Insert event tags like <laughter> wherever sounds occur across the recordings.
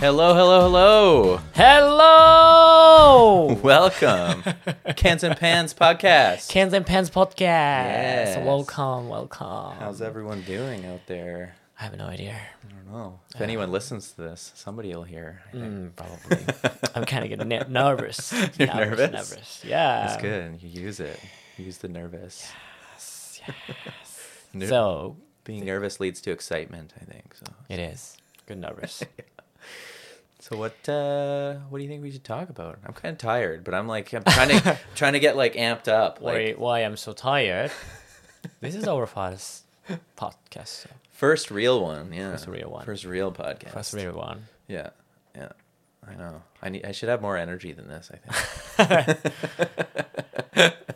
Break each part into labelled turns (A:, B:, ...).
A: Hello, hello, hello. <laughs>
B: Hello!
A: Welcome.
B: <laughs>
A: Cans and Pans podcast.
B: Cans and Pens podcast.
A: Yes.
B: Welcome, welcome.
A: How's everyone doing out there?
B: I have no idea.
A: I don't know. If anyone listens to this, somebody will hear. I think.
B: Uh, Mm, probably. <laughs> I'm kind of getting ner-
A: <laughs>
B: nervous.
A: You're
B: nervous,
A: nervous?
B: nervous. Yeah.
A: <laughs> It's good. You use it. Use the nervous. <laughs> Ner-
B: So
A: Being nervous leads to excitement, I think. So,
B: it is. Good nervous.
A: so what? Uh, what do you think we should talk about? I'm kind of tired, but I'm like I'm trying
B: <laughs>
A: to trying to get like amped up. <laughs> Like
B: Wait, why I'm so
A: <laughs>
B: tired? this is our first podcast. So
A: first real one, yeah.
B: First real one.
A: First real podcast.
B: first real one.
A: Yeah, yeah. I know. I need. I should have more energy than this. I think. <laughs>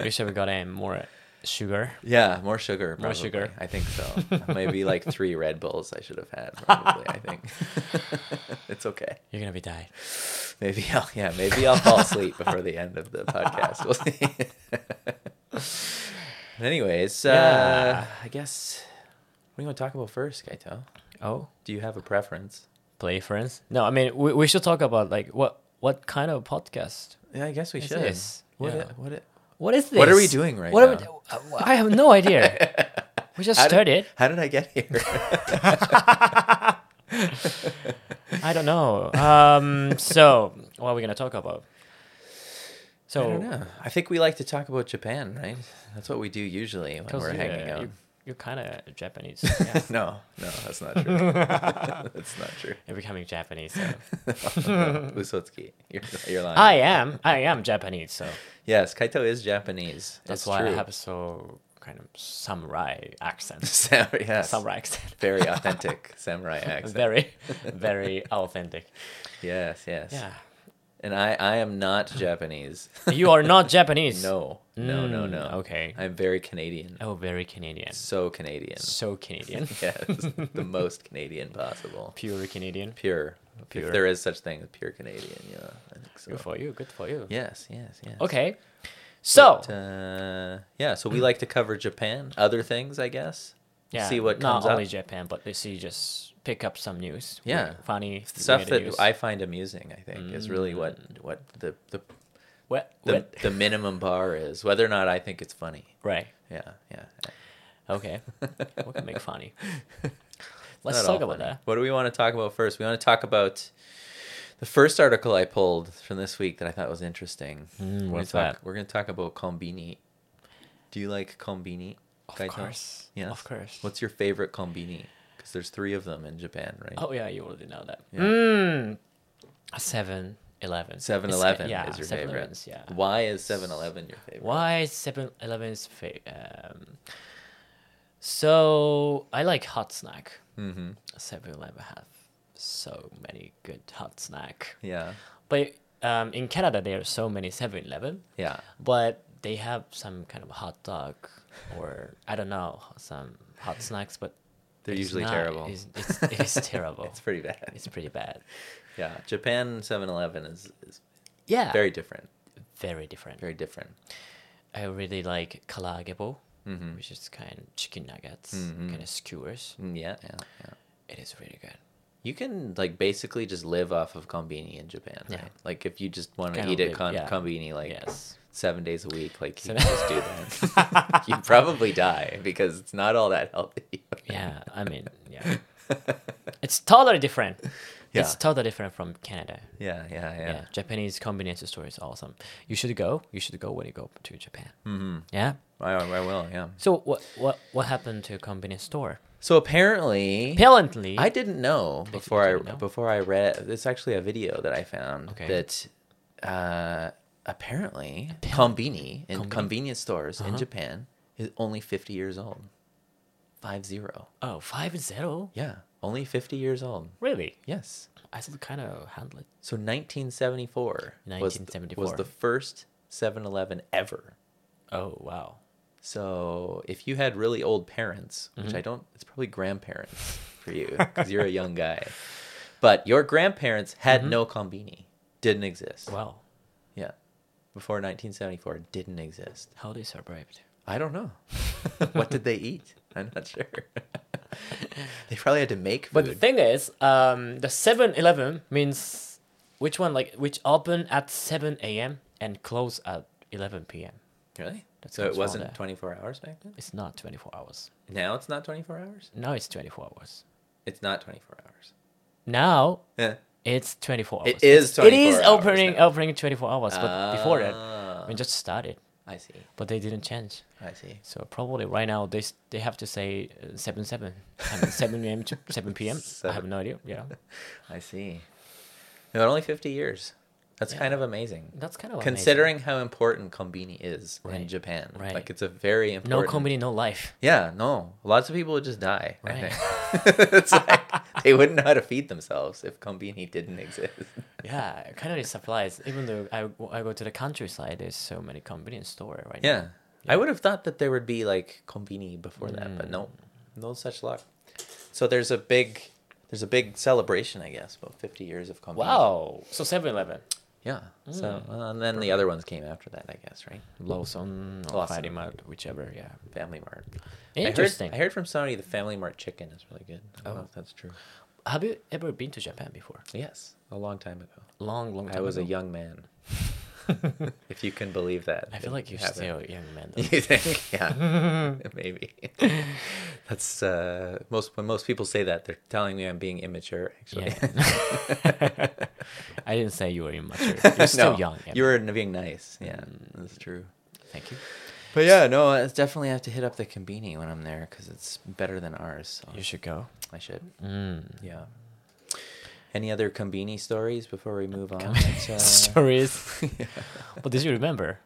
B: Wish I got in more sugar.
A: yeah, more sugar.
B: More sugar.
A: probably. I think <laughs> so. Maybe like three Red Bulls. I should have had. Probably. I think. <laughs> it's okay.
B: You're gonna be tired.
A: Maybe I'll. Yeah. Maybe I'll fall asleep before the end of the podcast. We'll see. <laughs> Anyways, uh,
B: Yeah.
A: I guess. What do you want to talk about first, Kaito?
B: Oh,
A: Do you have a preference?
B: play friends? No, I mean we, we should talk about like what what kind of podcast
A: Yeah, I guess we
B: Yes,
A: should.
B: yes.
A: What?
B: Yeah.
A: It, what? It,
B: What is this?
A: What are we doing right
B: What are
A: now?
B: we- I have no
A: <laughs>
B: idea. we just
A: How did-
B: started.
A: how did I get here? <laughs>
B: I don't know. Um, so what are we gonna talk about?
A: I don't
B: So
A: know. I think we like to talk about Japan, right? That's what we do usually when
B: 'cause
A: we're
B: you-
A: hanging
B: you-
A: <laughs> out.
B: You're kind
A: <laughs>
B: of Japanese. Yeah.
A: No, no, that's not true. <laughs> that's not
B: <laughs>
A: true. <laughs>
B: You're becoming Japanese. So.
A: Usotsuki, you're, you're lying.
B: I am. I am Japanese. So
A: Yes, Kaito is Japanese.
B: that's
A: It's
B: why
A: true. <laughs>
B: I have so kind of samurai accent.
A: Sam- <laughs> yes.
B: samurai accent. <laughs>
A: Very authentic samurai accent.
B: Very, very authentic.
A: Yes, yes.
B: Yeah.
A: And I, I am not Japanese.
B: You are
A: <laughs>
B: not Japanese.
A: no, no, no,
B: Mm,
A: no.
B: okay.
A: I'm very Canadian.
B: Oh, very Canadian.
A: So Canadian.
B: So
A: <laughs>
B: Canadian.
A: Yes,
B: <laughs>
A: the most Canadian possible.
B: Pure Canadian.
A: Pure. If
B: Pure.
A: there is such thing as pure Canadian, yeah, I think so.
B: Good for you. Good for you.
A: Yes, yes, yes.
B: Okay. So
A: But, uh, yeah, so we like to cover Japan, other things, I guess.
B: yeah,
A: see what
B: not
A: comes
B: only
A: up.
B: Japan, but they see just pick up some news.
A: Yeah.
B: weird, funny
A: Stuff that
B: related news.
A: I find amusing, I think, is really what
B: Mm.
A: what the the
B: What-
A: the,
B: what-
A: the minimum bar is, whether or not I think it's funny.
B: right.
A: Yeah, yeah. It's
B: Okay, we can make funny.
A: <laughs>
B: Let's
A: not all
B: talk about
A: funny.
B: that.
A: What do we want to talk about first? We want to talk about the first article I pulled from this week that I thought was interesting. We're
B: Hmm, what's
A: gonna talk,
B: that?
A: We're going to talk about kombini. Do you like kombini?
B: Of
A: Kaito?
B: course.
A: Yes.
B: Of course.
A: What's your favorite kombini? Because there's three of them in Japan, right?
B: Oh yeah, you already know that.
A: Yeah.
B: Mm. Seven Eleven.
A: 7 Eleven
B: Yeah,
A: is your
B: 7-Elevens,
A: favorite.
B: Yeah.
A: Why is 7 Eleven your favorite?
B: Why is 7-Eleven's favorite? Um, so I like hot snack.
A: Mm-hmm.
B: 7-Eleven have so many good hot snack.
A: Yeah.
B: But um, in Canada, there are so many 7-Eleven,
A: Yeah.
B: but they have some kind of hot dog or I don't know some hot snacks, but
A: They're
B: it's
A: usually
B: not-
A: terrible.
B: It's,
A: <laughs>
B: it's, it's terrible.
A: It's pretty bad.
B: It's pretty bad.
A: Yeah. Japan 7 Eleven is, is
B: Yeah,
A: very different.
B: very different.
A: Very different.
B: I really like kalagebo,
A: Mhm.
B: which is kind of chicken nuggets,
A: Mhm.
B: kind of skewers.
A: Mm, Yeah. Yeah. Yeah.
B: It is really good.
A: You can like basically just live off of kombini in Japan,
B: Yeah.
A: right? Like if you just want to
B: Kinda
A: eat at
B: live-
A: con-
B: yeah.
A: kombini like
B: yes.
A: seven days a week, like you
B: Seven-
A: can just do
B: <laughs>
A: that. <laughs> you probably die because it's not all that healthy. <laughs>
B: Yeah, I mean, yeah. It's totally different.
A: Yeah.
B: It's totally different from Canada.
A: Yeah, yeah,
B: Yeah.
A: yeah.
B: Japanese convenience store is awesome. You should go. You should go when you go to Japan.
A: Mm-hmm.
B: Yeah.
A: I, I will, yeah.
B: So what what what happened to convenience store?
A: So apparently,
B: Apparently,
A: I didn't know before I
B: didn't know?
A: before I read. It's actually a video that I found
B: Okay.
A: that uh, apparently kombini in
B: Kombini.
A: convenience stores in
B: Uh-huh.
A: Japan is only fifty years old. Five zero.
B: oh five zero.
A: Yeah, only fifty years old.
B: Really?
A: Yes.
B: I still kind of handle it.
A: So 1974, was, th- was
B: 1974.
A: the first 7-Eleven ever.
B: Oh wow.
A: So if you had really old parents, which
B: Mm-hmm.
A: I don't, it's probably
B: <laughs>
A: grandparents for you because you're a young guy. But your grandparents had
B: Mm-hmm.
A: no kombini, didn't exist.
B: Wow.
A: Yeah, before 1974, didn't exist.
B: How they survived?
A: <laughs> I don't know. what did they eat? I'm not sure. <laughs> They probably had to make
B: But the
A: food.
B: thing is, um, the 7-Eleven means which one like which open at 7 a.m. and close at 11 p.m.
A: really?
B: That
A: So it
B: sounds wrong
A: wasn't
B: there.
A: 24 hours back then?
B: It's not 24 hours.
A: Now it's not 24 hours?
B: Now it's 24 hours.
A: It's not 24 hours.
B: Now
A: Yeah.
B: it's 24 hours.
A: It is 24
B: It is
A: hours
B: opening
A: now.
B: opening 24 hours, but before that,
A: Ah.
B: we just started,
A: I see.
B: but they didn't change.
A: I see.
B: So probably right now they s- they have to say uh, 7 7. I
A: <laughs>
B: mean, 7 a.m. to 7 p.m. I have
A: Seven.
B: no idea. Yeah. <laughs>
A: I see. No, only 50 years. That's
B: Yeah.
A: kind of amazing.
B: That's kind of amazing.
A: Considering how important kombini is in
B: Right.
A: Japan.
B: Right.
A: Like it's a very
B: no
A: important
B: company, no life.
A: Yeah, no. Lots of people would just die, I
B: Right.
A: think. <laughs> it's like they wouldn't know how to feed themselves if kombini didn't exist.
B: <laughs> Yeah, it kind of supplies. Even though I, I go to the countryside, there's so many convenience store right
A: Yeah.
B: Yeah.
A: I would have thought that there would be like kombini before that,
B: Mm.
A: but no. No such luck. So there's a big there's a big celebration, I guess, about 50 years of kombini.
B: now. Wow. So 7-Eleven.
A: Yeah. So
B: Mm.
A: uh, and then the other ones came after that, I guess, right?
B: Lawson or
A: Lawson.
B: Friday Mart, whichever, yeah.
A: Family Mart. I
B: Interesting.
A: heard, I heard from somebody the Family Mart chicken is really good. I don't know
B: Oh.
A: if that's true.
B: Have you ever been to Japan before?
A: Yes, a long time ago.
B: Long, long time
A: I was a
B: ago.
A: young
B: <laughs>
A: man. if you can believe that.
B: I feel like you're
A: <laughs> haven't.
B: still a young man. though.
A: You think?
B: <laughs>
A: Yeah, maybe. That's uh, most when most people say that they're telling me I'm being immature. Actually, <laughs>
B: Yeah. <laughs> I didn't say you were immature. You're still
A: No,
B: young. Mm. yeah.
A: You were being nice. Yeah, that's true.
B: Thank you.
A: But yeah, no, I definitely have to hit up the combini when I'm there because it's better than ours. So
B: You should go.
A: I should.
B: Mm.
A: Yeah. Any other combini stories before we move on? Let's, uh, <laughs>
B: <laughs> Stories. But did you remember?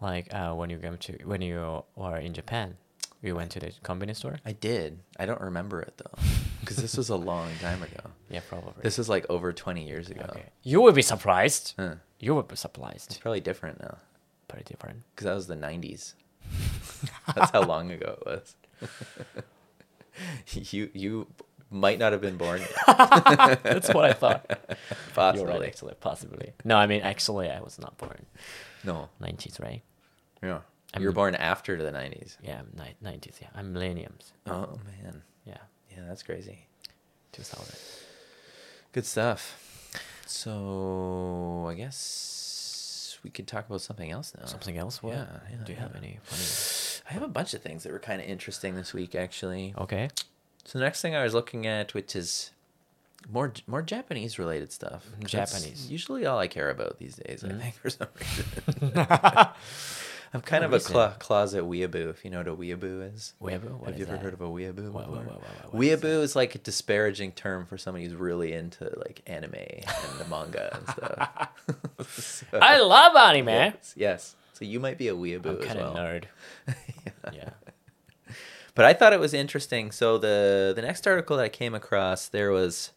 B: Like uh, when you came to when you were in Japan, you went to the convenience store.
A: I did. I don't remember it though, because this was a long time ago.
B: Yeah, probably.
A: This was like over 20 years ago.
B: okay. You will be surprised.
A: Huh.
B: You will be
A: It's
B: surprised.
A: probably different now,
B: Pretty different.
A: because that was the 90s. <laughs> That's how long ago it was. <laughs> you you might not have been born yet,
B: <laughs> That's what I thought.
A: <laughs> possibly.
B: <laughs> You're right, actually, possibly. No, I mean, actually, I was not born.
A: No,
B: 90s, right?
A: yeah.
B: I
A: you were
B: mean-
A: born after the 90s.
B: Yeah, I'm ni- 90s. Yeah, I'm millenniums.
A: Oh man,
B: Yeah,
A: yeah, that's crazy.
B: 2000.
A: Good stuff. So I guess we could talk about something else now.
B: Something else? What?
A: Yeah, yeah,
B: Do you have
A: yeah.
B: any funny?
A: I have a bunch of things that were kind of interesting this week, actually.
B: Okay.
A: So the next thing I was looking at, which is more more Japanese related stuff. 'cause that's
B: Mhm. Japanese. Mm-hmm.
A: usually all I care about these days. I think for some reason.
B: <laughs>
A: I'm kind
B: No
A: of a
B: reason.
A: cla- closet weeaboo. If you know what a weeaboo is.
B: Weeaboo? What
A: Have
B: is
A: you ever
B: that?
A: heard of a weeaboo?
B: What-
A: before?
B: what- what- what- what is
A: weeaboo is, like a disparaging term for somebody who's really into like anime and the manga and stuff.
B: <laughs>
A: <laughs> So-
B: I love anime.
A: Yes, yes. So you might be a weeaboo
B: I'm
A: as
B: kind
A: well.
B: of nerd.
A: <laughs> Yeah.
B: Yeah.
A: But I thought it was interesting. So the the next article that I came across, there was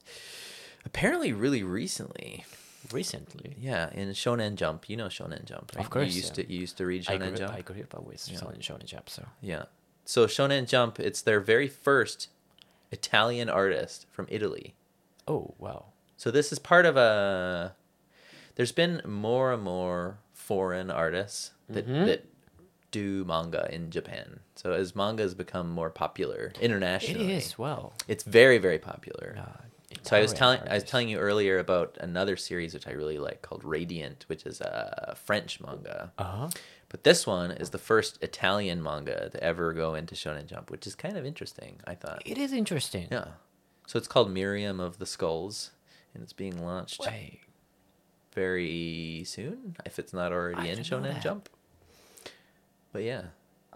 A: apparently really recently.
B: Recently,
A: Yeah, in Shonen Jump, you know Shonen Jump, right?
B: Of course,
A: you used
B: yeah.
A: to you used to read
B: I
A: Shonen
B: grew,
A: Jump.
B: I grew up with
A: Yeah.
B: Shonen Shonen Jump, so
A: Yeah. So Shonen Jump, it's their very first Italian artist from Italy.
B: oh wow,
A: So this is part of a. There's been more and more foreign artists that
B: Mhm.
A: that do manga in Japan. So as manga has become more popular
B: it
A: internationally,
B: is wow.
A: It's very very popular.
B: Uh,
A: So I was
B: Italian
A: telling I was
B: artist.
A: telling you earlier about another series which I really like called Radiant, which is a French manga.
B: Uh-huh.
A: But this one is the first Italian manga to ever go into Shonen Jump, which is kind of interesting, I thought.
B: It is interesting.
A: Yeah. So it's called Miriam of the Skulls and it's being launched
B: Wait,
A: very soon if it's not
B: I
A: already in
B: didn't know
A: Shonen
B: that.
A: Jump. But yeah,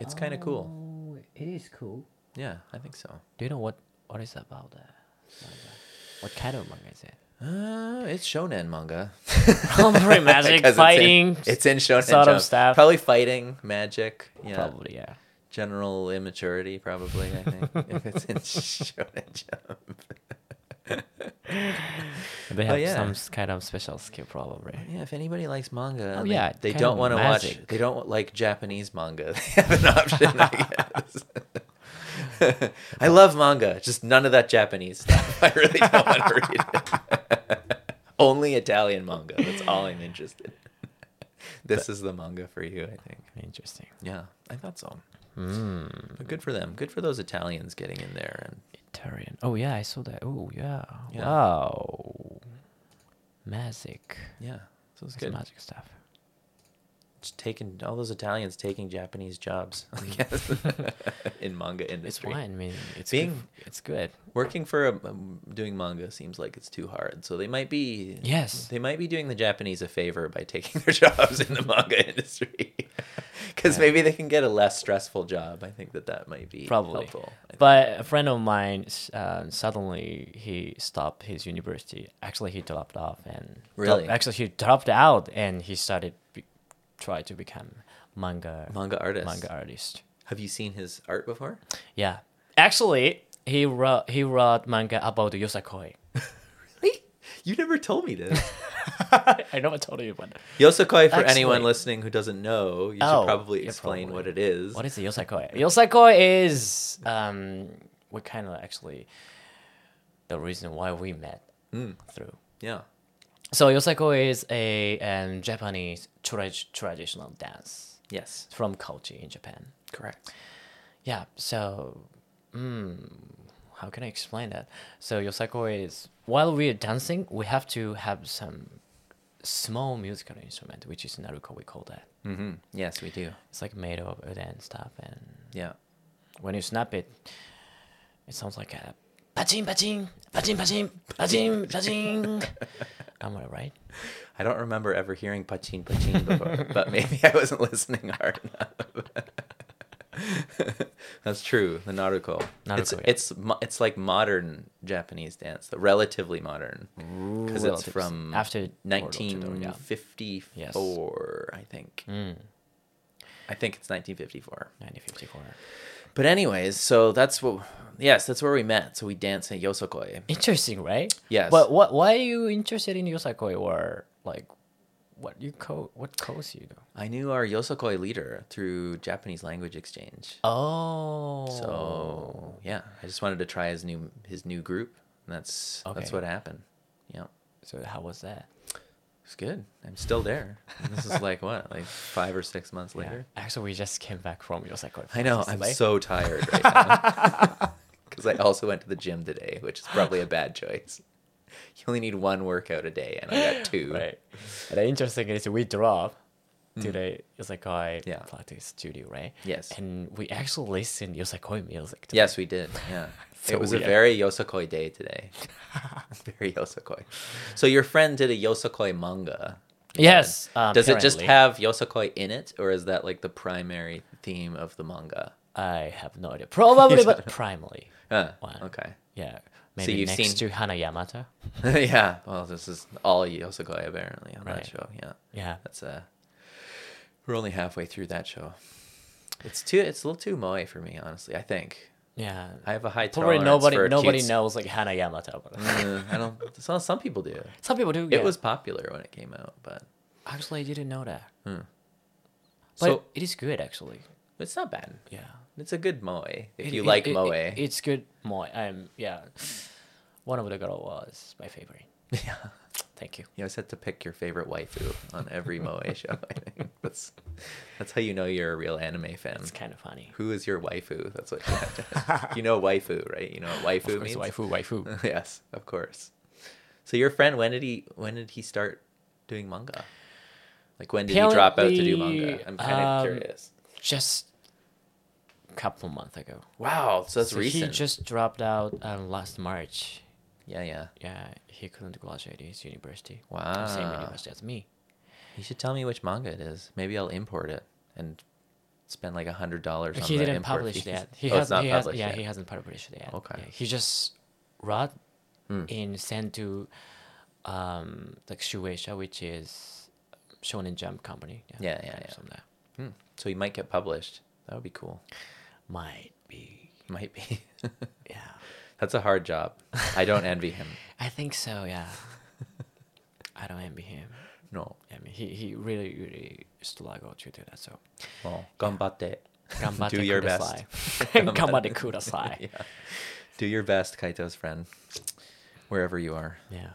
A: it's kind of cool.
B: Oh, It is cool.
A: Yeah, I think so.
B: Do you know what what is about that? manga? What kind of manga is it?
A: Uh, it's shonen
B: <laughs>
A: manga. <laughs>
B: Probably Oh, magic,
A: Because
B: fighting,
A: It's in, it's in shonen
B: sort of
A: Jump.
B: stuff.
A: Probably fighting, magic. Yeah.
B: Probably yeah.
A: General immaturity, probably. I think if it's in <laughs> shonen jump. <laughs>
B: They
A: But
B: have
A: Oh, yeah.
B: some s- kind of special skill probably.
A: Yeah, if anybody likes manga,
B: Oh,
A: and they,
B: yeah,
A: they
B: kind
A: don't
B: of
A: want to watch.
B: magic.
A: They don't like Japanese manga. <laughs> They have an option, I guess. <laughs> I love manga, just none of that Japanese stuff. <laughs> I really don't want
B: <laughs>
A: to read it. <laughs> Only Italian manga. That's all I'm interested. in. <laughs> This is the manga for you, I think.
B: Interesting.
A: Yeah, I thought so.
B: Mm.
A: But good for them. Good for those Italians getting in there and
B: Vegetarian. Oh yeah, I saw that. Oh yeah.
A: Yeah.
B: Wow. Magic.
A: Yeah, so it's
B: It's
A: good.
B: magic stuff.
A: Just taking all those Italians taking Japanese
B: <laughs>
A: jobs, I guess, <laughs> in manga
B: It's
A: industry.
B: fine. I mean, it's
A: Being-
B: good. f- It's good.
A: Working for a um, doing manga seems like it's too hard, so they might be
B: Yes.
A: they might be doing the Japanese a favor by <laughs> taking their jobs in the manga industry, <laughs> because
B: Yeah.
A: maybe they can get a less stressful job. I think that that might be
B: Probably.
A: helpful. I think.
B: But a friend of mine, s- uh, suddenly he stopped his university. Actually, he dropped off and dro-
A: Really?
B: actually, he dropped out and he started be, try to become manga
A: manga artist.
B: manga artist.
A: Have you seen his art before?
B: Yeah. Actually, he wrote he wrote manga about Yosakoi.
A: Really? You never told me this.
B: <laughs>
A: <laughs>
B: I never told you, but
A: Yosakoi, for
B: Actually-
A: anyone listening who doesn't know, you
B: Oh,
A: should probably
B: yeah,
A: explain
B: probably.
A: what it is.
B: what is the Yosakoi? Yosakoi is um what kind of actually the reason why we met
A: Mm,
B: through.
A: yeah.
B: So Yosakoi is a um, Japanese tra- traditional dance
A: Yes.
B: from culture in Japan.
A: Correct.
B: Yeah. So, mm, how can I explain that? So Yosakoi is while we are dancing, we have to have some small musical instrument, which is naruko. We call that.
A: hmm Yes, we do.
B: It's like made of wood and stuff, and
A: Yeah.
B: when you snap it, it sounds like a pachin pachin pachin pachin pachin pachin. Am I right?
A: <laughs> I don't remember ever hearing pachin pachin before, <laughs> but maybe I wasn't listening hard enough. <laughs> That's true. The naruko. it's
B: Naruko, yeah.
A: it's mo- it's like modern Japanese dance, the relatively modern, because it's
B: Relative-
A: from
B: after World War II, yeah.
A: 1954, I think.
B: Mm,
A: I think it's 1954.
B: 1954.
A: But anyways, so that's what. Yes, that's where we met. So we danced at Yosokoi.
B: Interesting, right?
A: Yes.
B: But what? Why are you interested in yosakoi or like, what you co what course you do?
A: I knew our Yosokoi leader through Japanese language exchange.
B: Oh.
A: So yeah, I just wanted to try his new his new group. And that's that's
B: Okay.
A: what happened. Yeah,
B: So how was that?
A: it's good. I'm still there. And this is like what, like five or six months later.
B: Yeah. Actually, we just came back from yosakoi.
A: I know.
B: practice
A: I'm
B: today.
A: so tired right
B: <laughs>
A: now because I also went to the gym today, which is probably a bad choice. You only need one workout a day, and
B: <laughs>
A: I got two. Mm.
B: Right. And the interesting is we drove to the Yosakoi
A: Yeah.
B: practice studio, right?
A: Yes.
B: And we actually listened Yosakoi music. today.
A: Yes, we did. Yeah.
B: <laughs> So
A: it was a
B: weird.
A: very Yosakoi day
B: <laughs>
A: today. very Yosakoi. So your friend did a Yosakoi manga.
B: Yes. uh,
A: Does it just
B: apparently.
A: have Yosakoi in it or is that like the primary theme of the manga?
B: I have no idea. Probably,
A: Yes. <laughs>
B: but primarily.
A: Huh,
B: Wow.
A: Okay. <laughs>
B: Yeah. Maybe
A: you've
B: next
A: seen-
B: to Hana Yamata.
A: yeah. Well, this is all Yosakoi apparently on that
B: Right.
A: show. Yeah.
B: Yeah.
A: That's uh We're only halfway through that show. It's too it's a little too moe for me, honestly. I think. <laughs>
B: Yeah.
A: I have a high tolerance
B: Probably nobody
A: for
B: nobody
A: cutes. <laughs>
B: knows like Hana Yamata. But
A: Uh, I don't some, some people do.
B: Some people do.
A: It
B: yeah.
A: was popular when it came out, but
B: actually I didn't know that.
A: Hmm.
B: But
A: So-
B: it is good actually.
A: It's not bad.
B: Yeah.
A: It's a good moe if
B: It-
A: you
B: it-
A: like
B: it-
A: moe.
B: it- it's good moe. Um, yeah. One of the girl was my favorite.
A: <laughs> yeah,
B: Thank you.
A: you always have to pick your favorite waifu on every
B: <laughs>
A: moe show. I think that's that's how you know you're a real anime fan.
B: It's kind of funny.
A: Who is your waifu? That's
B: <laughs>
A: what you have to. you know waifu, right? You know what waifu
B: Of course,
A: means.
B: waifu, waifu.
A: <laughs> yes, of course. So your friend, when did he when did he start doing manga? Like when did he drop out to do manga?
B: Apparently,
A: I'm kind of
B: um,
A: curious.
B: just a couple months ago.
A: Wow, so that's
B: So
A: recent.
B: He just dropped out um, last March.
A: Yeah, yeah.
B: Yeah, he couldn't graduate his university.
A: Wow.
B: Same university as me.
A: You should tell me which manga it is. Maybe I'll import it and spend like a hundred dollars.
B: he didn't publish that.
A: Oh,
B: He has not he has, yeah, he hasn't published that.
A: Okay.
B: Yeah, he just wrote
A: Hmm.
B: and sent to um like Shueisha, which is Shonen Jump company.
A: Yeah, yeah,
B: kind of
A: yeah.
B: something like that.
A: Hmm. So he might get published. That would be cool.
B: Might be.
A: Might be. <laughs>
B: Yeah.
A: That's a hard job. I don't envy him.
B: <laughs> I think so, yeah. I don't envy him.
A: <laughs> No.
B: I mean he, he really, really struggled to do that, so
A: Well, gambatte.
B: Gambatte
A: Do your
B: kudasai.
A: best.
B: <laughs> Gambatte kudasai.
A: <laughs> yeah. Do your best, Kaito's friend, wherever you are. <laughs>
B: yeah.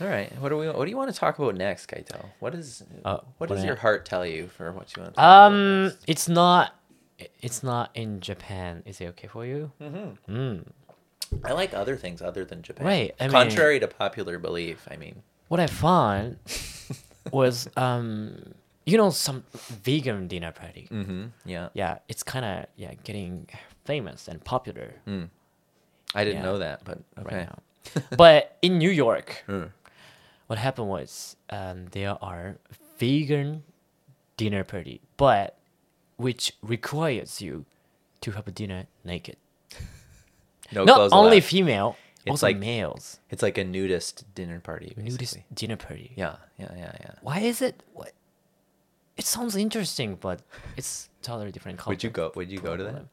A: All right. What do we? What do you want to talk about next, Kaito? What is?
B: Uh,
A: what
B: what
A: does
B: I-
A: your heart tell you for what you want? to talk about
B: Um,
A: next?
B: it's not. i- it's not in Japan. Is it okay for you? Mm-hmm. Mm.
A: I like other things other than Japan.
B: Right, I mean-
A: Contrary to popular belief, I mean.
B: What I found <laughs> was, um, you know, some vegan dinner party.
A: Mm-hmm. Yeah.
B: Yeah, it's kind of yeah getting famous and popular
A: Hmm. I didn't
B: Yeah.
A: know that, but okay.
B: right now.
A: <laughs>
B: but in New York,
A: Mm.
B: what happened was um, there are vegan dinner party, but which requires you to have a dinner naked.
A: No
B: Not
A: clothes
B: only
A: allowed.
B: female,
A: It's
B: also
A: like
B: males.
A: it's like a nudist dinner party.
B: Nudist
A: basically.
B: dinner party.
A: Yeah, yeah, yeah, yeah.
B: Why is it? What? It sounds interesting, but it's totally different culture.
A: Would you go? Would you go to that?
B: problem.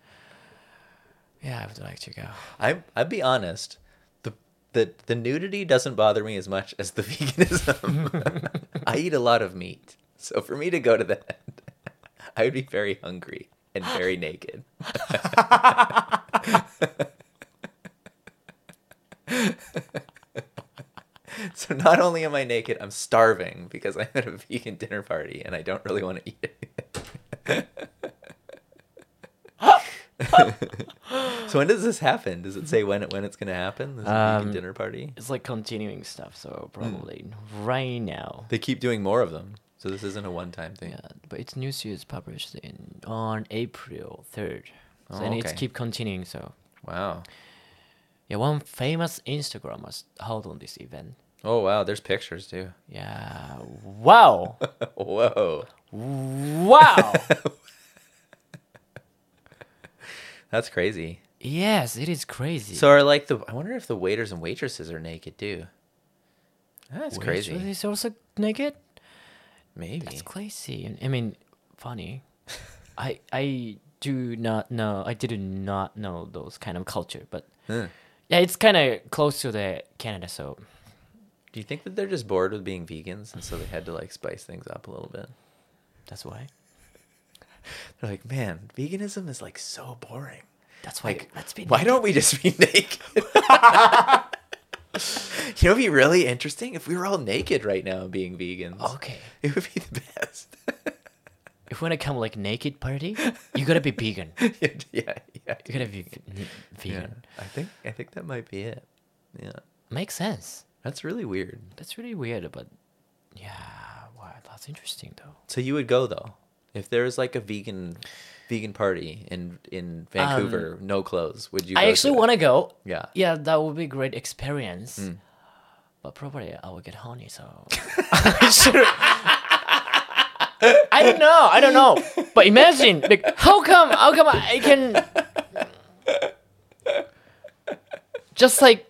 B: Yeah, I would like to go.
A: I I'd be honest. The the the nudity doesn't bother me as much as the <laughs> veganism. I eat a lot of meat, so for me to go to that, <laughs> I would be very hungry and very naked. <laughs> so not only am I naked, I'm starving because I'm at a vegan dinner party and I don't really want to eat it. <laughs> <laughs> so when does this happen? Does it say when it when it's gonna happen? This vegan
B: Um,
A: dinner party?
B: It's like continuing stuff, so
A: Hmm.
B: probably right now.
A: They keep doing more of them. So this isn't a one-time thing.
B: Yeah, but its new series published in on April third, so,
A: Oh,
B: and it's
A: okay.
B: keep continuing. So
A: Wow.
B: yeah, one famous Instagram was held on this event.
A: Oh wow, there's pictures too. <laughs>
B: Yeah, wow,
A: Whoa.
B: wow.
A: <laughs> That's crazy.
B: yes, it is crazy.
A: So are like the I wonder if the waiters and waitresses are naked too. That's
B: Waitress
A: crazy.
B: Is also naked.
A: Maybe.
B: That's crazy. I mean, funny. I I do not know. I did not know those kind of culture, but
A: <laughs> Huh.
B: yeah, it's kind of close to the Canada, so
A: Do you think that they're just bored with being vegans and so they had to like spice things up a little bit?
B: that's why.
A: <laughs> They're like, "Man, veganism is like so boring.
B: That's why.
A: Like,
B: let's be.
A: why don't we just be <laughs> naked?" you know, it'd be really interesting if we were all naked right now being vegans.
B: Okay.
A: It would be the best.
B: If you wanna come like naked party, <laughs> you gotta be vegan. You
A: <laughs> yeah, yeah, yeah.
B: gotta be v- n-
A: Yeah.
B: vegan.
A: I think I think that might be it. Yeah,
B: Makes sense.
A: that's really weird.
B: That's really weird, but yeah, wow, that's interesting though.
A: So you would go though, if there was like a vegan vegan party in in Vancouver, no clothes. Would you?
B: Um,
A: go
B: I actually
A: to it?
B: want to go.
A: Yeah.
B: Yeah, that would be great experience. But probably I will get horny, so I should- I don't know. I don't know. But imagine, like, how come? How come I can? Just like,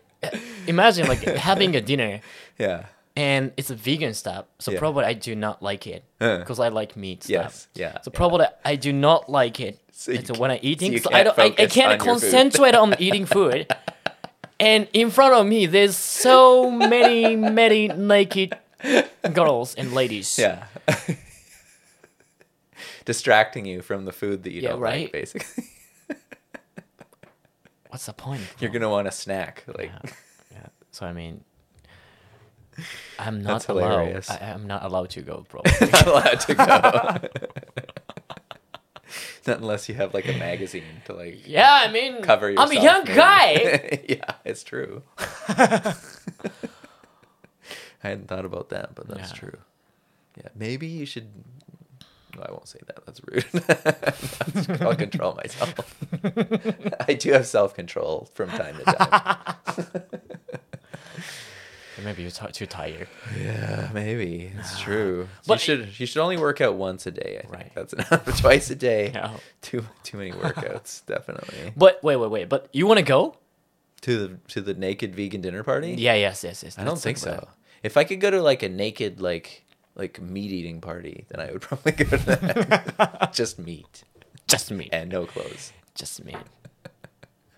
B: imagine like having a dinner
A: Yeah.
B: and it's a vegan stuff, so
A: Yeah.
B: probably I do not like it
A: Uh.
B: because I like meat stuff.
A: Yes. Yeah.
B: So
A: yeah.
B: probably I do not like it.
A: So
B: So,
A: you ca-
B: when I'm eating,
A: you
B: so I
A: can't
B: don't, I, I
A: focus
B: can't
A: on your food. <laughs>
B: concentrate on eating food. And in front of me, there's so many, many naked girls and ladies.
A: <laughs> Yeah. Distracting you from the food that you
B: Yeah,
A: don't like,
B: right?
A: basically. <laughs>
B: What's the point?
A: You're gonna want a snack. Like, <laughs>
B: Yeah. Yeah. So I mean, I'm not
A: That's
B: allowed.
A: hilarious.
B: I, I'm not allowed to go, bro.
A: not allowed to go. <laughs> not unless you have like a magazine to like
B: yeah, I mean,
A: cover yourself.
B: I'm a young
A: maybe. <laughs>
B: guy.
A: yeah, it's true. <laughs> I hadn't thought about that, but that's
B: Yeah.
A: true. Yeah, maybe you should. No, I won't say that. That's <laughs> rude. I'll control myself. <laughs> I do have self control from time to time.
B: Maybe you're t- too tired.
A: yeah, maybe it's true. you
B: But-
A: should you should only work out once a day. I think
B: Right.
A: that's enough. <laughs> Twice a day.
B: No.
A: Too too
B: <laughs>
A: many workouts, definitely.
B: But wait, wait, wait. But you want to go?
A: To the to the naked vegan dinner party.
B: Yeah, yes, yes, yes.
A: I don't
B: let's
A: think
B: talk about
A: so. If I could go to like a naked like like meat eating party, then I would <laughs> probably go to
B: <laughs>
A: that. Just meat
B: that. Just me.
A: and no clothes.
B: Just me.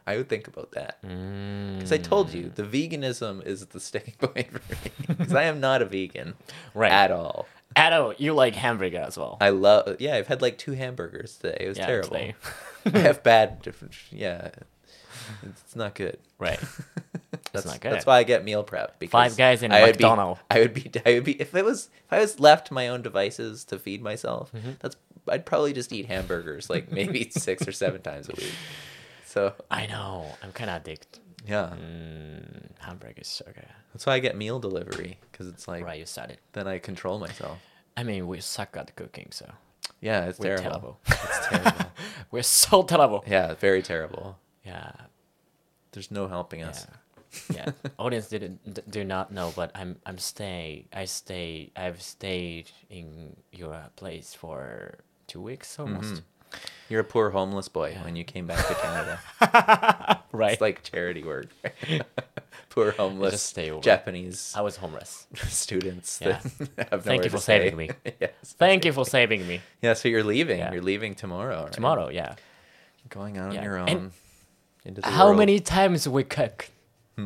A: I would think about that because I told
B: Mm.
A: you the veganism is the sticking <laughs> point for me because I am not a vegan
B: Right.
A: at all.
B: Ado, you like hamburger as well.
A: I love yeah. I've had like two hamburgers today. It was
B: Yeah,
A: terrible. <laughs>
B: today.
A: <laughs> I have bad different yeah. It's not good.
B: right.
A: That's,
B: not good.
A: That's why I get meal prep. Because
B: Five guys in
A: I would be-
B: McDonald's.
A: I would be. I would be. If it was, if I was left to my own devices to feed myself,
B: Mm-hmm.
A: that's. I'd probably just eat hamburgers like
B: <laughs>
A: maybe six or seven times a week. So
B: I know. I'm kind of addicted.
A: yeah,
B: Mm, hamburgers so good.
A: that's why I get meal delivery because it's like
B: Right, you started.
A: then I control myself.
B: I mean, we suck at cooking, so
A: Yeah, it's
B: We're
A: terrible.
B: terrible.
A: <laughs> It's
B: <laughs>
A: terrible.
B: we're so terrible.
A: Yeah, very terrible.
B: Yeah,
A: There's no helping us. Oh,
B: yeah.
A: <laughs>
B: Audience didn't d- do not know, but I'm I'm stay I stay I've stayed in your place for two weeks almost.
A: You're a poor homeless boy Mm-hmm. when you came back to
B: <laughs>
A: Canada.
B: Right.
A: It's like charity work. <laughs> poor homeless
B: just stay over.
A: Japanese
B: I was homeless.
A: <laughs> students
B: Yeah.
A: that <laughs> have nowhere
B: Thank you for
A: to stay.
B: saving me.
A: <laughs> yes.
B: Thank you for saving me.
A: Yeah, so you're leaving.
B: Yeah.
A: You're leaving tomorrow. Right?
B: Tomorrow, yeah.
A: You're going out on
B: Yeah.
A: your own.
B: And
A: into the
B: How
A: world. Hmm.
B: many times we cook?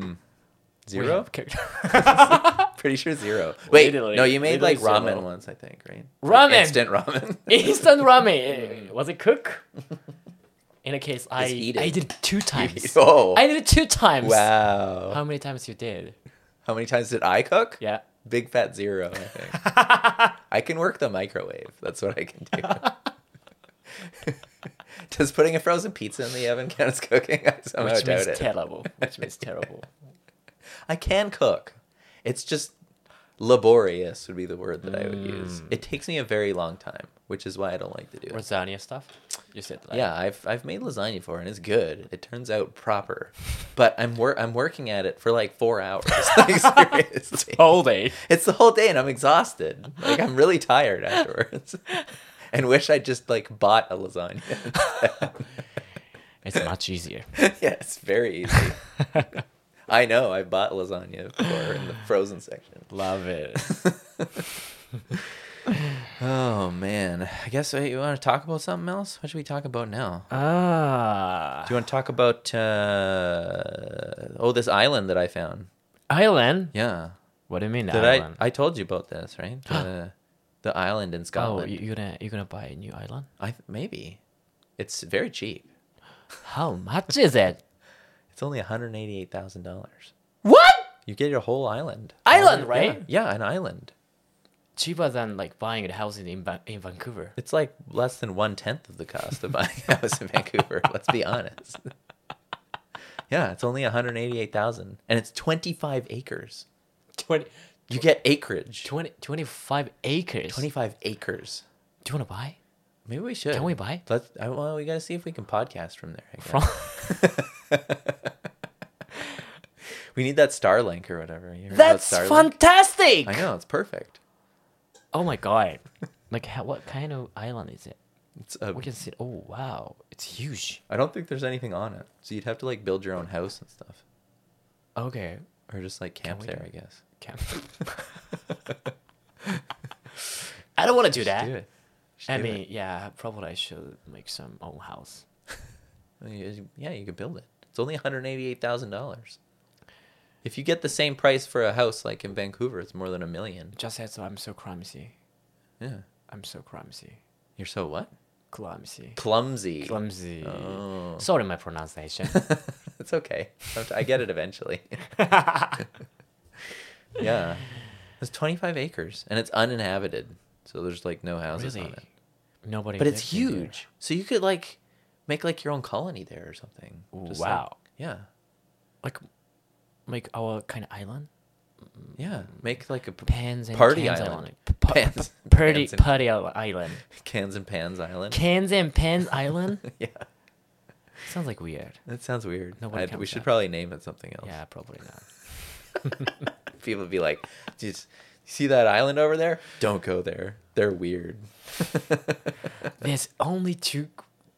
B: We
A: Zero?
B: have <laughs> cooked.
A: <laughs> Pretty sure
B: <laughs>
A: zero. Wait,
B: Literally-
A: no, you made
B: literally
A: like ramen
B: zero.
A: once, I think, right?
B: Ramen!
A: instant ramen.
B: <laughs>
A: <laughs>
B: Instant ramen. Uh, Was it cook? In a case, I
A: eat
B: I
A: it.
B: did
A: <laughs>
B: two times.
A: oh.
B: I did it two times.
A: wow.
B: How many times you did?
A: How many times did I cook?
B: Yeah.
A: Big fat zero, I
B: <laughs>
A: think. <laughs> I can work the microwave. That's what I can
B: <laughs>
A: do. <laughs> Does putting a frozen pizza in the oven count as cooking? I somehow
B: Which
A: doubt
B: means
A: it.
B: terrible. Which
A: <laughs>
B: means terrible.
A: I can cook. It's just laborious would be the word that I would use.
B: Mm.
A: It takes me a very long time, which is why I don't like to do it.
B: Lasagna stuff. You said like,
A: Yeah, I've I've made lasagna before and it's good. It turns out proper, but I'm wor- I'm working at it for like four hours. <laughs> Like,
B: <laughs>
A: seriously. <laughs>
B: All day.
A: It's the whole day and I'm exhausted. Like I'm really tired afterwards. and wish I just like bought a lasagna.
B: <laughs> It's
A: <laughs>
B: much easier. <laughs>
A: yeah, it's very easy. I know, I bought lasagna before in the frozen section. <laughs>
B: Love it.
A: Oh man. I guess wait, you want to talk about something else? What should we talk about now?
B: Ah.
A: Do you want to talk about uh oh this island that I found?
B: Island?
A: Yeah.
B: What do you mean
A: Did
B: island?
A: I I told you about this, right?
B: <gasps>
A: The, the island in
B: oh,
A: Scotland.
B: you- you're gonna you're gonna buy a new island?
A: I th- maybe. It's very cheap.
B: How much is it?
A: It's only $188,000.
B: What?
A: You get your whole island.
B: Island, right?
A: Yeah, yeah, an island.
B: Cheaper than like buying a house in in, Van- in Vancouver.
A: <laughs> It's like less than one tenth of the cost of buying a house in Vancouver. <laughs> Let's be honest. Yeah, it's only 188,000 and it's 25 acres.
B: 20,
A: You get acreage.
B: 20 25 acres.
A: 25 acres.
B: Do you wanna buy?
A: Maybe we should.
B: Can we buy?
A: Let's I, well, we got to see if we can podcast from there. I guess. <laughs>
B: From <laughs>
A: we need that Starlink or whatever. You heard about
B: That's
A: Starlink?
B: fantastic.
A: I know, it's perfect.
B: Oh my
A: <laughs>
B: god. Like how, what kind of island is it?
A: It's a
B: We can see Oh wow. It's huge.
A: I don't think there's anything on it. So you'd have to like build your own house and stuff.
B: Okay.
A: Or just like camp
B: we
A: there,
B: do-
A: I guess.
B: Camp. <laughs>
A: <laughs>
B: I don't want to do
A: Just
B: that.
A: do it. Just
B: I
A: do
B: mean, yeah, probably I should make some own house.
A: it. You- yeah, you could build it. It's only $188,000. If you get the same price for a house like in Vancouver, it's more than a million.
B: Just as I'm so clumsy.
A: Yeah.
B: I'm so clumsy.
A: You're so what?
B: Clumsy.
A: Clumsy.
B: Clumsy.
A: Oh.
B: Sorry,
A: <laughs>
B: my pronunciation. <laughs>
A: It's okay. Somet- I get it eventually. yeah. It's 25 acres and it's uninhabited. So there's like no houses
B: really?
A: on it.
B: Nobody.
A: But it's
B: lives in there.
A: huge. So you could like make like your own colony there or something. Just, like-
B: Wow.
A: yeah.
B: Like, like our kind of island.
A: Yeah. Make like a p-
B: Pans Mm. and
A: Party
B: cans
A: island.
B: island. P- p-
A: Pans-
B: p- <laughs> Party
A: pans and-
B: party isl- island.
A: cans and pans island.
B: Cans and pans island.
A: <laughs> yeah.
B: Sounds
A: <laughs>
B: like weird.
A: That sounds weird.
B: Nobody
A: I'd- we
B: comes
A: should
B: up.
A: probably name it something else.
B: Yeah, probably not.
A: <laughs> People would be like, just see that island over there? Don't go there. They're weird. <laughs>
B: There's only two,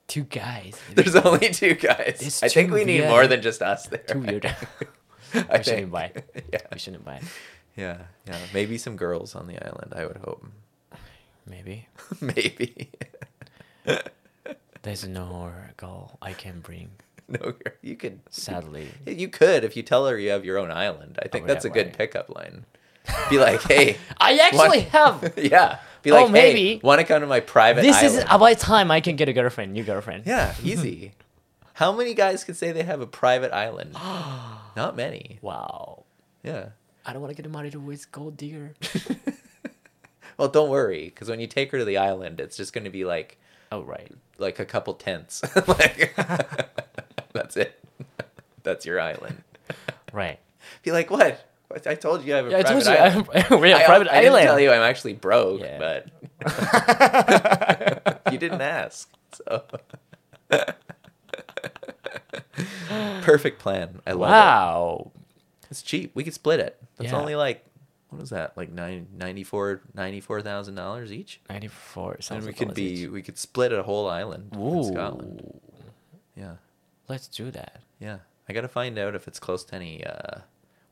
B: two guys.
A: There's
B: <laughs>
A: only two guys.
B: It's
A: I think
B: too
A: we need
B: weird.
A: more than just us there.
B: Too
A: <laughs>
B: weird. <laughs>
A: I
B: we
A: think.
B: shouldn't buy.
A: <laughs> Yeah.
B: We shouldn't buy.
A: Yeah. Yeah. Maybe some girls on the island, I would hope.
B: Maybe
A: <laughs> Maybe.
B: there's no girl I can bring.
A: no, girl- you could
B: Sadly,
A: you could if you tell her you have your own island. I think
B: Oh, yeah,
A: that's a good
B: right.
A: pickup line. Be
B: <laughs>
A: like, "Hey,
B: I actually
A: <laughs>
B: have.
A: yeah." Be
B: Oh,
A: like, "Hey,
B: maybe.
A: want to come to my private
B: This
A: island?"
B: <laughs> is about time I can get a girlfriend, new girlfriend.
A: Yeah, easy. How many guys could say they have a private island?
B: Ah.
A: Not many.
B: <gasps> Wow.
A: Yeah. <laughs>
B: I don't want to get married with gold digger.
A: Well, don't worry, because when you take her to the island, it's just going to be like
B: oh right.
A: like a couple tents. <laughs> like that's it. <laughs> That's your island. <laughs>
B: Right.
A: Be like, what? What? I told you I have a
B: Yeah, I
A: private
B: told you
A: island.
B: I'm, we're a
A: I-
B: private
A: I
B: island.
A: didn't tell you I'm actually broke,
B: Yeah. <laughs>
A: but <laughs> you didn't ask. So. <laughs> Perfect plan. I love it.
B: Wow.
A: It's cheap. We could split it. It's
B: Yeah.
A: only like what was that? Like nine ninety four ninety four thousand dollars each.
B: 94 sounds
A: And we
B: like
A: could
B: was
A: be
B: each.
A: we could split a whole island in Scotland.
B: Ooh.
A: Yeah,
B: Let's do that.
A: yeah. I gotta find out if it's close to any uh,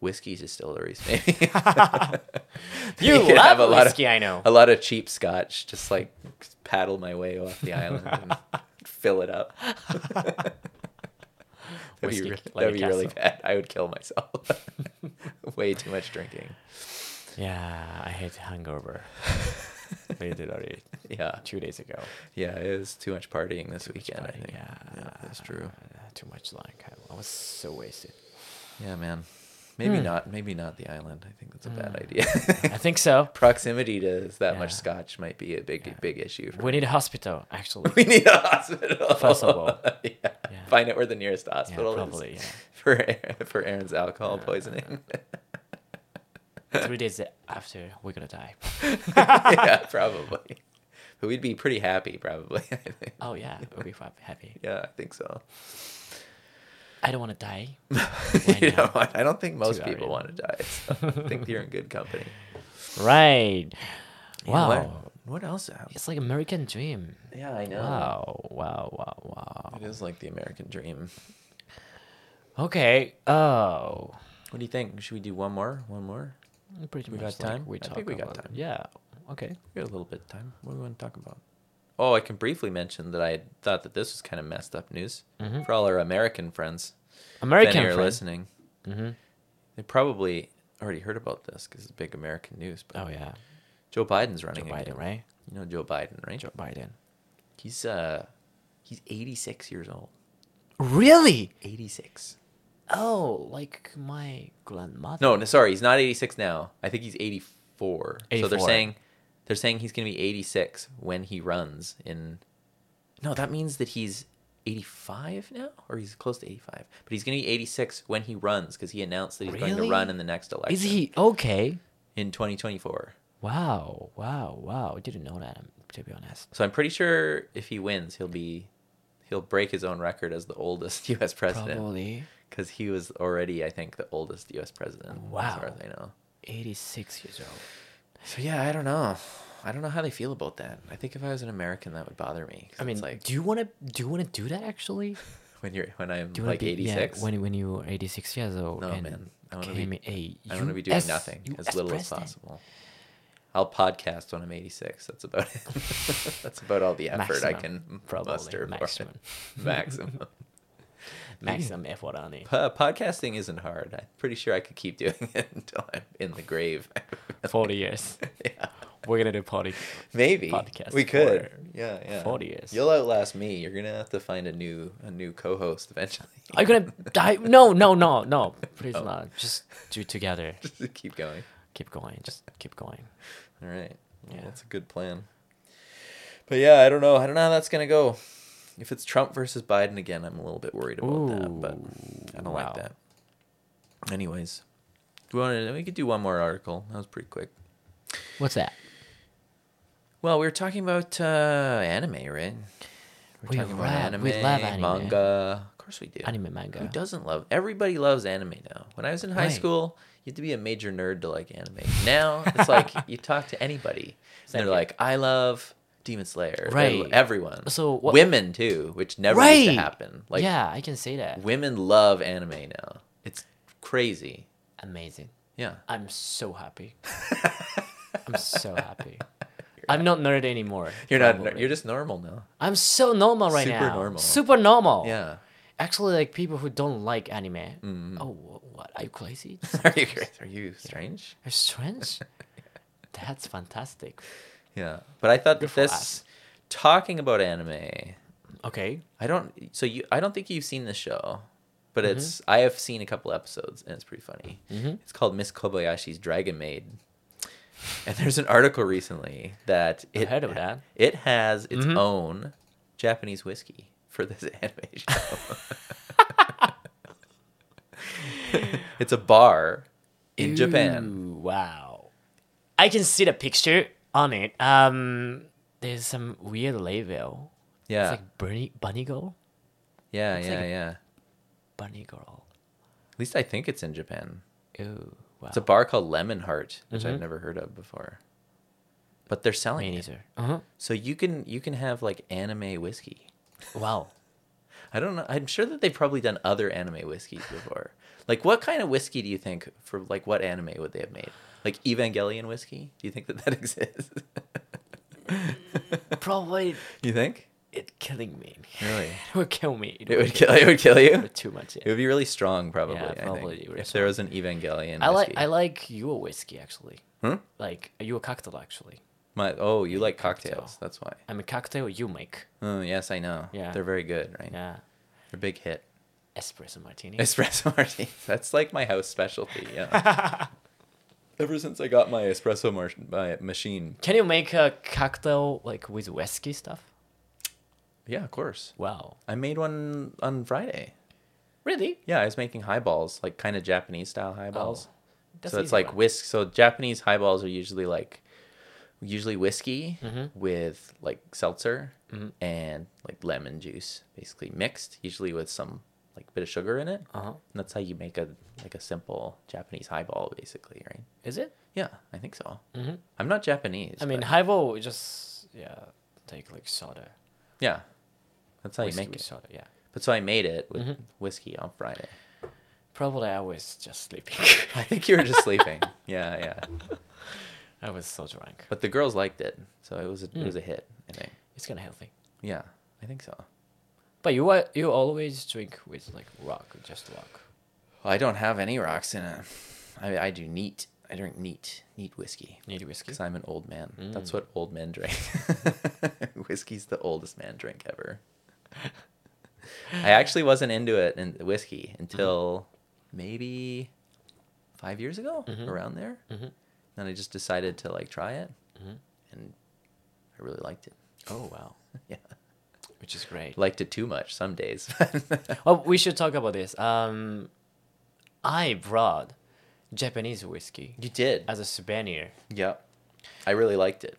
A: whiskey distilleries. Maybe <laughs>
B: <laughs> You
A: could
B: love
A: have a lot of-
B: whiskey, I know.
A: a lot of cheap Scotch. Just like paddle my way off the island
B: <laughs>
A: and fill it up. That'd
B: Whiskey
A: be, re-
B: like a
A: that'd be really
B: castle.
A: bad. I would kill myself. <laughs> way too much drinking. <laughs>
B: Yeah, I hate hangover. we did already
A: Yeah.
B: two days ago.
A: Yeah, it was too much partying this weekend. I
B: But
A: think.
B: yeah,
A: that's true.
B: uh, Too much like I- I was so wasted.
A: Yeah, man. Maybe
B: Hmm.
A: not. Maybe not the island. I think that's a bad
B: Hmm.
A: idea.
B: I think so.
A: <laughs> Proximity to that much
B: Yeah.
A: scotch might be a big,
B: Yeah.
A: big issue. For
B: We need a hospital, actually.
A: <laughs> we need a hospital.
B: First of all.
A: <laughs> yeah.
B: Yeah.
A: Find out where the nearest hospital
B: probably,
A: is
B: yeah.
A: <laughs> for for Aaron's alcohol
B: Uh,
A: poisoning.
B: <laughs> Three days after, we're gonna die.
A: <laughs> yeah,
B: <laughs>
A: probably. But we'd be pretty happy, probably. <laughs> I think.
B: Oh yeah, we'll be fa- happy.
A: Yeah, I think so. <laughs>
B: I don't want to die.
A: you
B: not?
A: know, what? I don't think most
B: Too
A: people
B: irate.
A: want to die. So I think you're in good
B: <laughs>
A: company.
B: Right.
A: <laughs>
B: Wow.
A: Yeah, what, what else?
B: It's like American dream.
A: Yeah, I know.
B: Wow. Wow. Wow. Wow.
A: It is like the American dream.
B: Okay. Oh.
A: What do you think? Should we do one more? One more?
B: Pretty
A: We
B: much.
A: got
B: like
A: time?
B: We
A: I think
B: talk
A: we got
B: about-
A: time.
B: Yeah. Okay.
A: We got a little bit of time. What do we want to talk about? Oh, I can briefly mention that I had thought that this was kind of messed up news
B: Mhm.
A: for all our American friends. if
B: American
A: any are
B: friend.
A: listening.
B: Mm-hmm.
A: They probably already heard about this because it's big American news. But
B: Oh yeah.
A: Joe Biden's running
B: Joe Biden,
A: again.
B: right?
A: You know Joe Biden, right?
B: Joe Biden.
A: He's uh, he's 86 years old.
B: Really?
A: 86.
B: Oh, like my grandmother.
A: No, no, sorry, he's not 86 now. I think he's 84. So they're
B: 84.
A: saying they're saying he's going to be 86 when he runs in No, that means that he's 85 now or he's close to 85. But he's going to be 86 when he runs cuz he announced that he's going to
B: Really?
A: run in the next election.
B: Is he Oh. okay?
A: in 2024?
B: Wow. Wow. Wow. I didn't know that. um, To be honest.
A: So I'm pretty sure if he wins, he'll be he'll break his own record as the oldest <laughs> US president
B: Probably
A: cuz he was already I think the oldest US president as
B: Wow.
A: far as I know.
B: 86 years old.
A: So yeah, I don't know. I don't know how they feel about that. I think if I was an American, that would bother me. 'cause
B: I mean,
A: it's like
B: do you want to do you want to do that actually?
A: <laughs> when you're when I'm
B: Do you wanna
A: like
B: be-
A: eighty six.
B: Yeah, when when you were 86 years old
A: No,
B: and
A: man. I wanna be-
B: became a
A: I want to be doing
B: US
A: nothing as
B: US
A: little
B: president.
A: as possible. I'll podcast when I'm eighty six. That's about it. <laughs> That's about all the effort I
B: Maximum,
A: can
B: probably.
A: muster.
B: Maximum.
A: For it. <laughs> maximum.
B: <laughs> <laughs> Maximum effort on it.
A: Po- podcasting isn't hard. I'm pretty sure I could keep doing <laughs> it until I'm in the grave. <laughs>
B: 40 years.
A: yeah.
B: We're gonna do party.
A: Maybe
B: podcast
A: we could.
B: for
A: yeah, yeah.
B: 40 years.
A: You'll outlast me. You're gonna have to find a new a new co-host eventually.
B: Are you gonna
A: <laughs>
B: die? No, no, no, no. Please
A: Oh.
B: not. Just do it together.
A: <laughs> Just keep going.
B: Keep going. Just keep going.
A: All right. Well,
B: Yeah.
A: that's a good plan. But yeah, I don't know. I don't know how that's gonna go. If it's Trump versus Biden again, I'm a little bit worried about that. But I don't
B: wow.
A: like that. Anyways, do we want to? We could do one more article. That was pretty quick.
B: What's that?
A: Well, we were talking about uh, anime, right? We're
B: We love- we love anime.
A: manga. Of course, we do.
B: Anime manga.
A: Who doesn't love? Everybody loves anime now. When I was in high
B: Right.
A: school, you had to be a major nerd to like anime. Now it's
B: <laughs>
A: like you talk to anybody, and
B: Same
A: they're
B: here.
A: like, "I love Demon Slayer." They-
B: Right.
A: everyone.
B: So what-
A: women too, which never used
B: Right.
A: to happen. Like
B: yeah, I can say that.
A: women love anime now. It's crazy.
B: Amazing.
A: Yeah.
B: I'm so happy. <laughs> I'm so happy. I'm not nerd anymore.
A: <laughs> You're not.
B: probably.
A: You're just normal now.
B: I'm so normal right
A: Super
B: now.
A: normal.
B: Super normal. <laughs>
A: Yeah.
B: Actually, like people who don't like anime. Oh, wh- what? Are you crazy?
A: Mm-hmm. <laughs> Are you cra- are you strange?
B: Are
A: <laughs>
B: you strange? That's fantastic.
A: Yeah. But I thought
B: Good
A: that
B: for
A: this
B: us.
A: talking about anime
B: Okay.
A: I don't. So you, I don't think you've seen the show, but
B: Mm-hmm.
A: it's. I have seen a couple episodes, and it's pretty funny.
B: Mhm.
A: It's called Miss Kobayashi's Dragon Maid, and there's an article recently that
B: I
A: it
B: heard of that.
A: it has its
B: Mhm.
A: own Japanese whiskey for this <laughs> anime
B: <laughs>
A: show. it's a bar in Japan.
B: Ooh, Wow. I can see the picture on it. Um, there's some weird label.
A: Yeah,
B: It's like bunny, bunny girl,
A: yeah,
B: it's
A: yeah,
B: like a-
A: yeah.
B: bunny girl.
A: At least I think it's in Japan.
B: Ooh, wow.
A: It's a bar called Lemon Heart, which
B: Mhm.
A: I've never heard of before. But they're
B: Me
A: selling it.
B: neither. Uh-huh.
A: So you can you can have like anime whiskey.
B: Wow.
A: I don't know. I'm sure that they've probably done other anime whiskeys before. like what kind of whiskey do you think for like what anime would they have made? Like Evangelion whiskey? Do you think that <laughs> that exists?
B: Probably
A: <laughs> you think?
B: it killing me.
A: Really?
B: <laughs> it would kill me.
A: It would kill it would kill
B: <laughs>
A: you.
B: Too much. yeah.
A: It would be really strong probably,
B: Yeah,
A: I
B: probably
A: think.
B: really
A: If there was an Evangelion
B: I like
A: whiskey.
B: I like your whiskey actually.
A: Hmm?
B: Like your cocktail actually.
A: My oh, you like
B: Cocktail.
A: cocktails. That's why.
B: I mean cocktail you make.
A: Oh, yes, I know.
B: Yeah.
A: They're very good, right?
B: Yeah.
A: They're a big hit.
B: Espresso
A: <laughs>
B: martini.
A: Espresso martini. That's like my house specialty. Yeah. Ever since I got my espresso mar- my machine.
B: <laughs> Can you make a cocktail like with whiskey stuff?
A: Yeah, of course.
B: Wow.
A: I made one on Friday.
B: Really?
A: Yeah, I was making highballs, like kind of Japanese style highballs. so it's
B: Oh, easy
A: like
B: one.
A: whisk. So Japanese highballs are usually like usually whiskey
B: Mm-hmm.
A: with like seltzer and like lemon juice, basically mixed, usually with some like bit of sugar in it.
B: Uh-huh.
A: And that's how you make a like a simple Japanese highball, basically, right?
B: Is it?
A: Yeah, I think so.
B: Mhm.
A: I'm not Japanese.
B: I mean,
A: but-
B: highball just yeah, take like soda.
A: yeah, that's how you
B: Whiskey
A: make
B: with
A: it.
B: soda, yeah.
A: But so I made it with
B: Mhm.
A: whiskey on Friday. <laughs>
B: Probably I was just sleeping.
A: I think you were just sleeping. Yeah, yeah.
B: <laughs> I was so drunk.
A: But the girls liked it, so it was a, it
B: Mm.
A: was a hit. I think.
B: It's kind of healthy.
A: Yeah, I think so.
B: But you are, you always drink with like rock, just rock.
A: I don't have any rocks in it. I I do neat. I drink neat neat whiskey
B: Need whiskey.
A: because I'm an old man. That's
B: Mm.
A: what old men drink. <laughs> Whiskey's the oldest man drink ever. <laughs> I actually wasn't into it and whiskey
B: Mm-hmm.
A: until maybe five years <laughs> ago,
B: Mhm.
A: around there.
B: Mm-hmm.
A: Then I just decided to like try it,
B: Mhm.
A: and I really liked it. <laughs>
B: Oh wow,
A: Yeah,
B: which is great.
A: liked it too much some days.
B: <laughs>
A: <laughs>
B: Well, we should talk about this. Um, I brought Japanese whiskey
A: you did.
B: as a souvenir.
A: Yeah, I really liked it.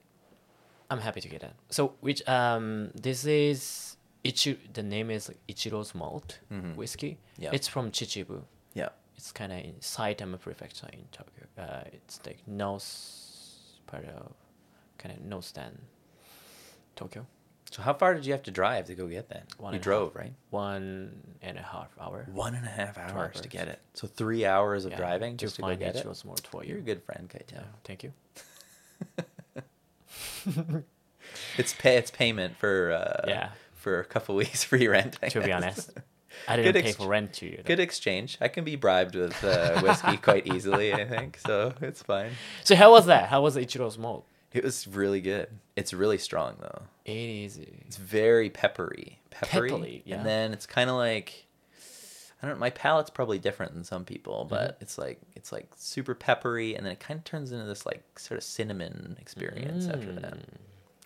B: I'm happy to get that. So, which um, this is Ichi. The name is like Ichiro's Malt
A: Mhm.
B: whiskey.
A: Yeah.
B: it's from Chichibu.
A: Yeah,
B: It's kind of in Saitama Prefecture in Tokyo. Uh, it's like north part of kind of northern Tokyo.
A: So how far did you have to drive to go get that?
B: One
A: you
B: and a half.
A: drove, right?
B: One and a half hour.
A: One and a half hours to
B: hours.
A: get it. So three hours of
B: Yeah,
A: driving
B: to
A: just to go
B: find
A: get it.
B: Ichiro's Malt for
A: You're a
B: you.
A: good friend, Kaito.
B: Yeah,
A: <laughs>
B: thank you.
A: It's pay. It's payment for uh,
B: Yeah.
A: for a couple <laughs> weeks free rent. I
B: to be
A: guess.
B: honest. I didn't
A: Good
B: pay
A: ex-
B: for rent to you.
A: good exchange. I can be bribed with uh, whiskey quite easily. I think so. It's fine.
B: so how was that? How was the Ichiro's malt?
A: It was really good. It's really strong though.
B: It is.
A: It's very peppery, peppery,
B: Peppery, yeah.
A: and then it's kind of like I don't. My palate's probably different than some people, but
B: Mhm.
A: it's like it's like super peppery, and then it kind of turns into this like sort of cinnamon experience after that.
B: Mm.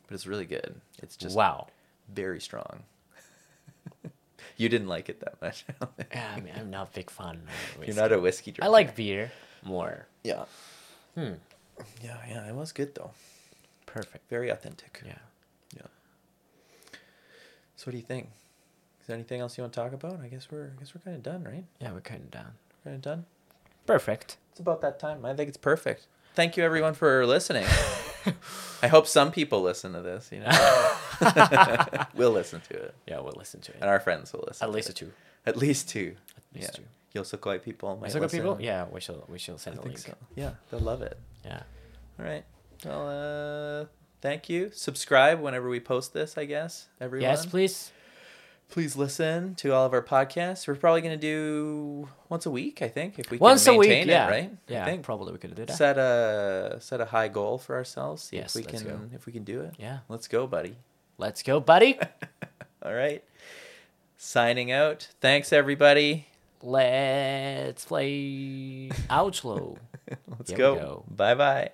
A: But it's really good. It's just
B: wow.
A: very strong. <laughs> you didn't like it that much. I don't think.
B: Yeah, I mean, I'm not a big fan.
A: <laughs>
B: Of
A: You're not a whiskey drinker.
B: I like beer more.
A: Yeah.
B: Hmm.
A: Yeah, yeah. It was good though.
B: Perfect.
A: Very authentic.
B: Yeah.
A: Yeah. So what do you think? Is there anything else you want to talk about? I guess we're I guess we're kind of done, right?
B: Yeah, we're kind of down.
A: We're kind of done.
B: Perfect.
A: It's about that time. I think it's perfect. Thank you everyone for listening. <laughs> I hope some people listen to this, you
B: <laughs>
A: know. <laughs> we'll listen to it.
B: Yeah, we'll listen to it.
A: And our friends will listen.
B: At
A: to
B: least
A: it.
B: two.
A: At least two.
B: At least two.
A: yeah. Yosokoi people might
B: Masago
A: listen.
B: people? Yeah, we shall. We shall
A: I
B: send a
A: think
B: link.
A: so. Yeah, they'll love it.
B: Yeah.
A: All right. Well, uh, thank you. Subscribe whenever we post this, I guess. Everyone.
B: Yes, please.
A: please listen to all of our podcasts. We're probably going to do once a week, I think, if we
B: Once
A: can
B: a week.
A: maintain it,
B: yeah.
A: right?
B: Yeah.
A: I think
B: Probably we could do that.
A: set a set a high goal for ourselves. See
B: Yes,
A: if we
B: let's
A: can if we can do it.
B: Yeah.
A: Let's go, buddy.
B: Let's go, buddy.
A: <laughs>
B: <laughs>
A: All right. Signing out. Thanks, everybody. <laughs>
B: Let's play outro.
A: Let's
B: There we
A: go.
B: go.
A: Bye bye.